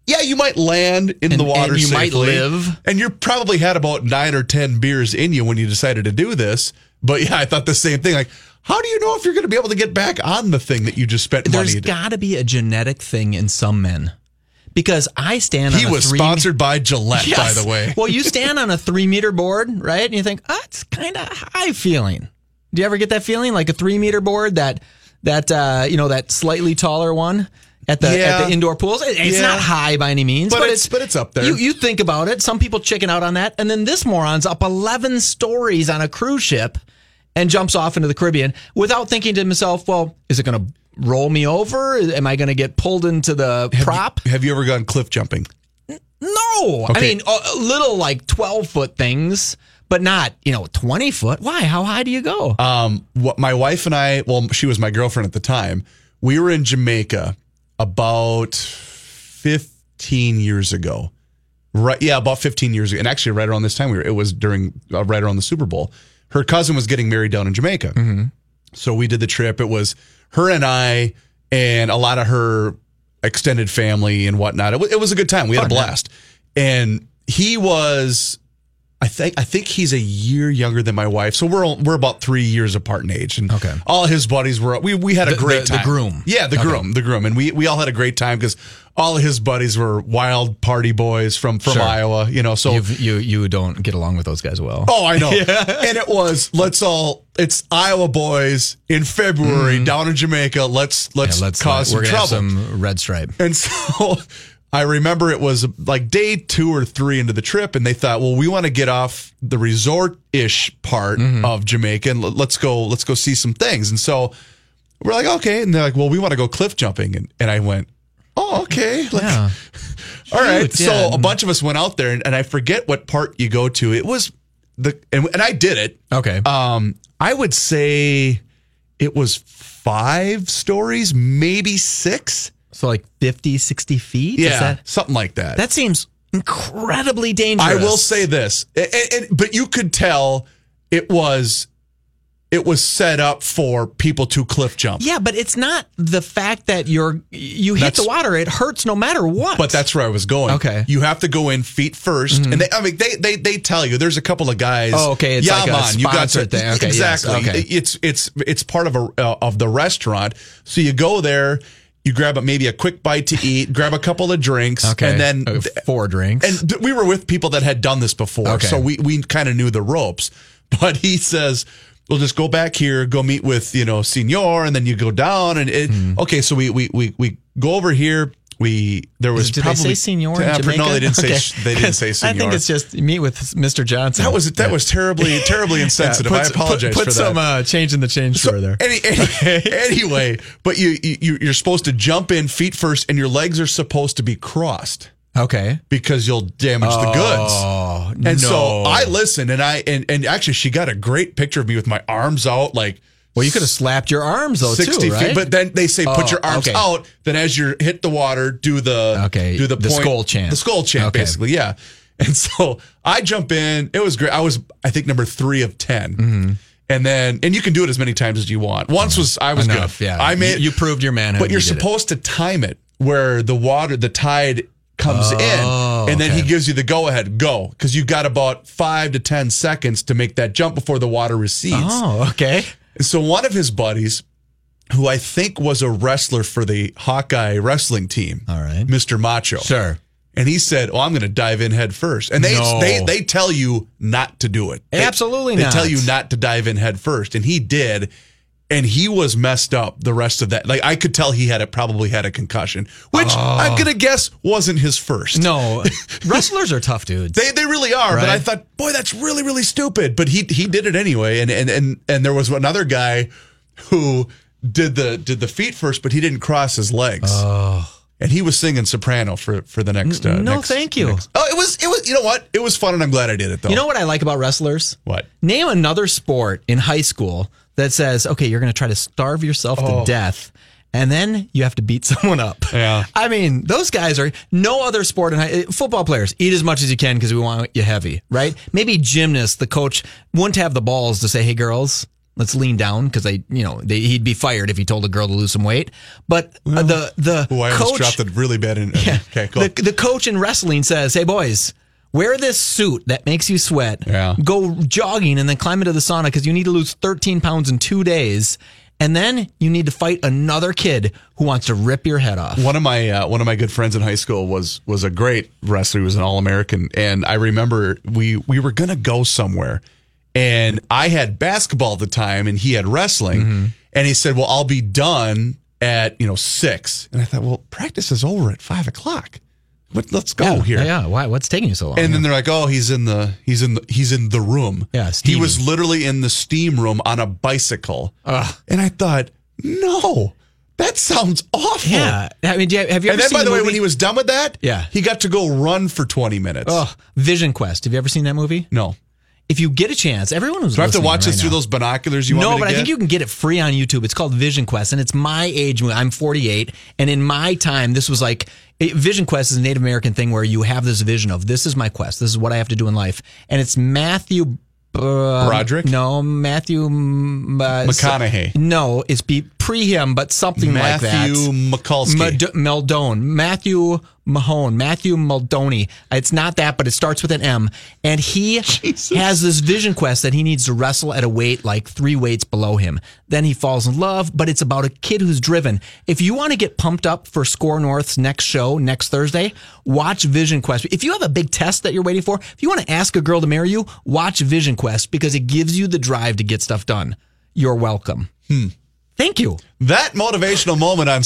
Yeah, you might land in And- the water and you might safely. live. And you probably had about nine or 10 beers in you when you decided to do this. But yeah, I thought the same thing. Like, how do you know if you're going to be able to get back on the thing that you just spent There's money to? got to be a genetic thing in some men, because I stand. He on a was three- sponsored by Gillette, by Yes. the way. well, you stand on a three meter board, right? And you think, oh, it's kind of high feeling. Do you ever get that feeling, like a three meter board that that uh, you know that slightly taller one at the Yeah. at the indoor pools? It- It's Yeah. not high by any means, But but, it's- but it's up there. You, you think about it. Some people chicken out on that, and then this moron's up eleven stories on a cruise ship and jumps off into the Caribbean without thinking to himself, "Well, is it going to roll me over? Am I going to get pulled into the prop?" Have you ever gone cliff jumping? No, I Okay. mean uh, little like twelve foot things, but not you know twenty foot. Why? How high do you go? um, what my wife and I, well, she was my girlfriend at the time. We were in Jamaica about 15 years ago. Right. Yeah. About 15 years ago. And actually right around this time we were, it was during uh, right around the super bowl, her cousin was getting married down in Jamaica. So we did the trip. It was her and I and a lot of her extended family and whatnot. It, wa- it was a good time. We had a blast. And he was, I think, I think he's a year younger than my wife. So we're all, we're about three years apart in age. And Okay. all his buddies were. We we had a The- great the- the time. groom. Yeah, the groom, the groom, and we we all had a great time because all his buddies were wild party boys from from Sure. Iowa. You know, so You've, you you don't get along with those guys well. Oh, I know. And it was let's all it's Iowa boys in February down in Jamaica. Let's let's, Mm-hmm. Yeah, let's cause we're some gonna trouble. have Um, some red stripe. and so I remember it was like day two or three into the trip, and they thought, well, we want to get off the resort ish part Mm-hmm. of Jamaica, and l- let's go let's go see some things. And so we're like, okay, and they're like, well, we want to go cliff jumping, and and I went. Oh, okay. Like, Yeah. all right. Shoot, so yeah. a bunch of us went out there, and, and I forget what part you go to. It was the and, and I did it. Okay. Um, I would say it was five stories, maybe six. so like 50, 60 feet. Is Yeah, that, something like that. that seems incredibly dangerous. I will say this, and, and, but you could tell it was it was set up for people to cliff jump. Yeah, but it's not the fact that you're you hit That's- the water; it hurts no matter what. But that's where I was going. Okay. Mm-hmm. you have to go in feet 1st and they, I mean, they, they they tell you there's a couple of guys. Oh, okay, it's like a man, sponsored thing. Okay, yes, exactly. okay. It's it's it's part of a uh, of the restaurant. So you go there, you grab a, maybe a quick bite to eat, grab a couple of drinks, okay. and then Oh, Uh, four drinks. and th- we were with people that had done this before, Okay. so we we kind of knew the ropes. But he says, "We'll just go back here, go meet with you know Senor, and then you go down." And it, Hmm. okay, so we we we we go over here. We there was Did probably they say senior Yeah, in but Jamaica? No, they didn't say Okay. sh- they didn't say senor. I think it's just meet with Mr. Johnson. that was that was terribly terribly Yeah, insensitive. put- I apologize Put, for put some that. Uh, change in the change drawer there. Any, any, anyway, but you, you you're supposed to jump in feet first, and your legs are supposed to be crossed Okay. because you'll damage the goods. Oh no. And so I listened and I and, and actually she got a great picture of me with my arms out like well, you could have slapped your arms though 60 too, right? feet. But then they say put Oh, your arms okay. out, then as you hit the water, do the Okay, do the, the point- skull chant. The skull chant, Okay. basically, yeah. And so I jump in. It was great. I was I think number three of 10 Mm-hmm. And then and you can do it as many times as you want. Once was I was Enough. good. Yeah. I made You, you proved your manhood. but you're You did it. supposed to time it where the water, the tide comes Oh, in, and then he gives you the go ahead, go, because you've got about five to 10 seconds to make that jump before the water recedes. oh, okay. And So one of his buddies, who I think was a wrestler for the Hawkeye wrestling team, All right. Mr. Macho. Sure. And he said, "Oh, I'm going to dive in head first. And they No. they they tell you not to do it. They- Absolutely They not. tell you not to dive in head first, and he did. And he was messed up the rest of that. Like I could tell he had it probably had a concussion, which I'm going to guess wasn't his first. Oh. No, wrestlers are tough dudes. They, they really are, but I thought, boy, that's really really stupid. But he he did it anyway, and and and and there was another guy who did the did the feet first, but he didn't cross his legs. Oh. And he was singing soprano for for the next. Uh, no, next- thank you. Oh, it was it was you know what? It was fun, and I'm glad I did it though. You know what I like about wrestlers? What? Name another sport in high school that says, okay, you're going to try to starve yourself to death. And then you have to beat someone up. Oh. Yeah. I mean, those guys are no other sport in high, football players eat as much as you can because we want you heavy, right? Maybe gymnasts, the coach wouldn't have the balls to say, "Hey, girls, let's lean down," because they, you know, they, he'd be fired if he told a girl to lose some weight. But uh, the the Ooh, I almost coach dropped it really bad. In, Okay, cool. the, the coach in wrestling says, "Hey boys, wear this suit that makes you sweat. Yeah. Go jogging and then climb into the sauna because you need to lose 13 pounds in two days, and then you need to fight another kid who wants to rip your head off." one of my uh, one of my good friends in high school was was a great wrestler. He was an all American, and I remember we we were gonna go somewhere, and I had basketball at the time, and he had wrestling, Mm-hmm. and he said, "Well, I'll be done at you know six. and I thought, "Well, practice is over at five o'clock, but let's go here." Yeah, yeah. Why? What's taking you so long? And then they're like, "Oh, he's in the he's in the he's in the room." Yeah, he steaming. was literally in the steam room on a bicycle. And I thought, no, that sounds awful. yeah. I mean, do you, have you ever And then, seen by the, way, movie? when he was done with that, Yeah. he got to go run for 20 minutes. oh, Vision Quest? Have you ever seen that movie? No. If you get a chance, everyone who's Do I have to listening watch right this through now- those binoculars you no, want me to but I think get? you can get it free on YouTube. It's called Vision Quest, and it's my age. when I'm 48, and in my time, this was like it- Vision Quest is a Native American thing where you have this vision of this is my quest, this is what I have to do in life, and it's Matthew. Uh, Broderick? No, Matthew mm, uh, McConaughey. No, it's be pre him, but something Matthew like that. Mikulski. Mad- Meldone, Matthew Mahone, Matthew Maldoni. It's not that, but it starts with an M. And he has this vision quest that he needs to wrestle at a weight like three weights below him. Then he falls in love, but it's about a kid who's driven. If you want to get pumped up for Score North's next show next Thursday, watch Vision Quest. If you have a big test that you're waiting for, if you want to ask a girl to marry you, watch Vision Quest because it gives you the drive to get stuff done. You're welcome. Hmm. Thank you. That motivational moment on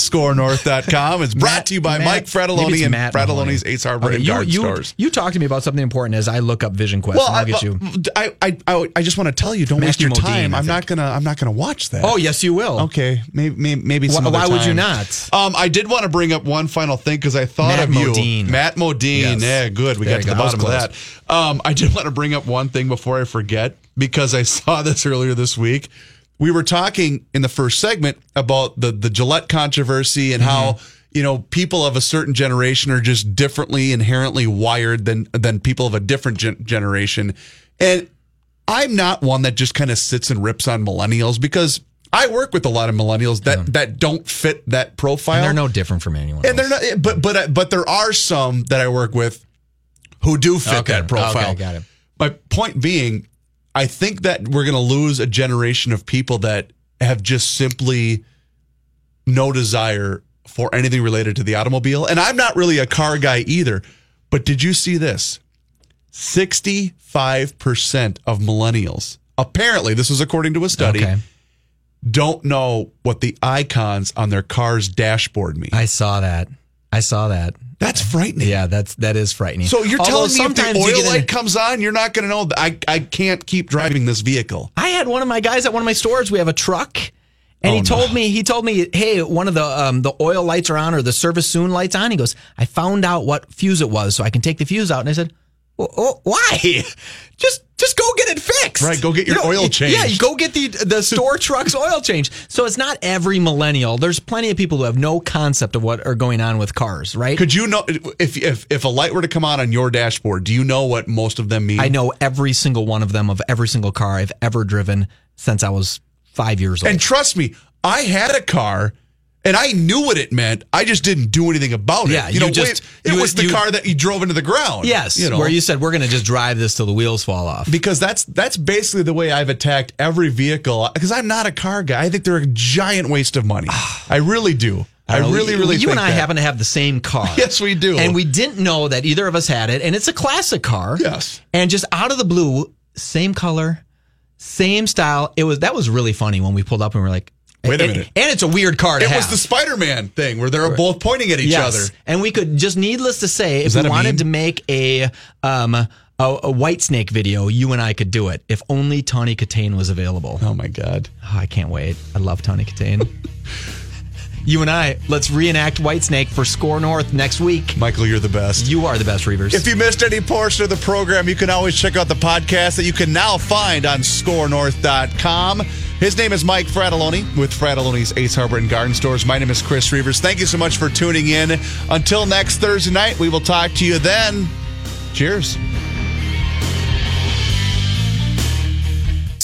scorenorth.com is brought Matt- to you by Matt- Mike maybe Fratelloni it's and Matt Fratelloni's Mahoney. Ace Harbor Okay, and you, Guard you, Stores. You talk to me about something important as I look up Vision Quest. and I'll get you. I, uh, I, I, I just want to tell you, don't waste Matthew your Modine, time. I I'm not gonna, I'm not gonna watch that. Oh yes, you will. Okay, maybe maybe, maybe some Why- other why would you time. not? Um, I did want to bring up one final thing because I thought Matt of you, Modine. Matt Modine. Yes. Yeah, good. We There got to you the go. That was bottom of that. Um, I did want to bring up one thing before I forget because I saw this earlier this week. We were talking in the first segment about the the Gillette controversy and how Mm-hmm. you know people of a certain generation are just differently inherently wired than than people of a different gen- generation, and I'm not one that just kind of sits and rips on millennials because I work with a lot of millennials that that don't fit that profile. And they're no different from anyone. and else. they're not. But uh, but but there are some that I work with who do fit Okay, that profile. okay, got it. My point being, I think that we're going to lose a generation of people that have just simply no desire for anything related to the automobile. And I'm not really a car guy either. But did you see this? 65% of millennials, apparently, this was according to a study, Okay. don't know what the icons on their car's dashboard mean. I saw that. I saw that. That's frightening. Yeah, that's that is frightening. So you're Although telling me if sometimes the you oil get in- light comes on, you're not going to know. that I I can't keep driving this vehicle. I had one of my guys at one of my stores. We have a truck, and Oh, he told me he told me, hey, one of the um, the oil lights are on or the service soon lights on. He goes, I found out what fuse it was, so I can take the fuse out. And I said, oh, oh, why? Just just go get it fixed. Right, go get your oil changed. Yeah, you go get the the store truck's oil change. So it's not every millennial. There's plenty of people who have no concept of what are going on with cars, right? Could you know if if if a light were to come on on your dashboard? Do you know what most of them mean? I know every single one of them of every single car I've ever driven since I was five years old. And trust me, I had a car. And I knew what it meant. I just didn't do anything about it. Yeah, you know, you just- it, it you- was the you- car that you drove into the ground. Yes, you know, where you said we're going to just drive this till the wheels fall off. because that's that's basically the way I've attacked every vehicle. Because I'm not a car guy. I think they're a giant waste of money. I really do. I, don't know, really, Ah. Uh, you- really. You think and I that. happen to have the same car. Yes, we do. And we didn't know that either of us had it, and it's a classic car. Yes. And just out of the blue, same color, same style. It was that was really funny when we pulled up and we are like, Wait a and- minute. And it's a weird car to It have. was the Spider-Man thing where they're both pointing at each Yes. other. And we could just needless to say, Is that a if we meme? wanted to make a um a, a white snake video, you and I could do it. If only Tawny Katane was available. Oh my god. Oh, I can't wait. I love Tawny Katane. you and I, let's reenact Whitesnake for Score North next week. Michael, you're the best. You are the best, Reavers. If you missed any portion of the program, you can always check out the podcast that you can now find on scorenorth.com. His name is Mike Fratelloni with Fratelloni's Ace Harbor and Garden Stores. My name is Chris Reavers. Thank you so much for tuning in. Until next Thursday night, we will talk to you then. Cheers.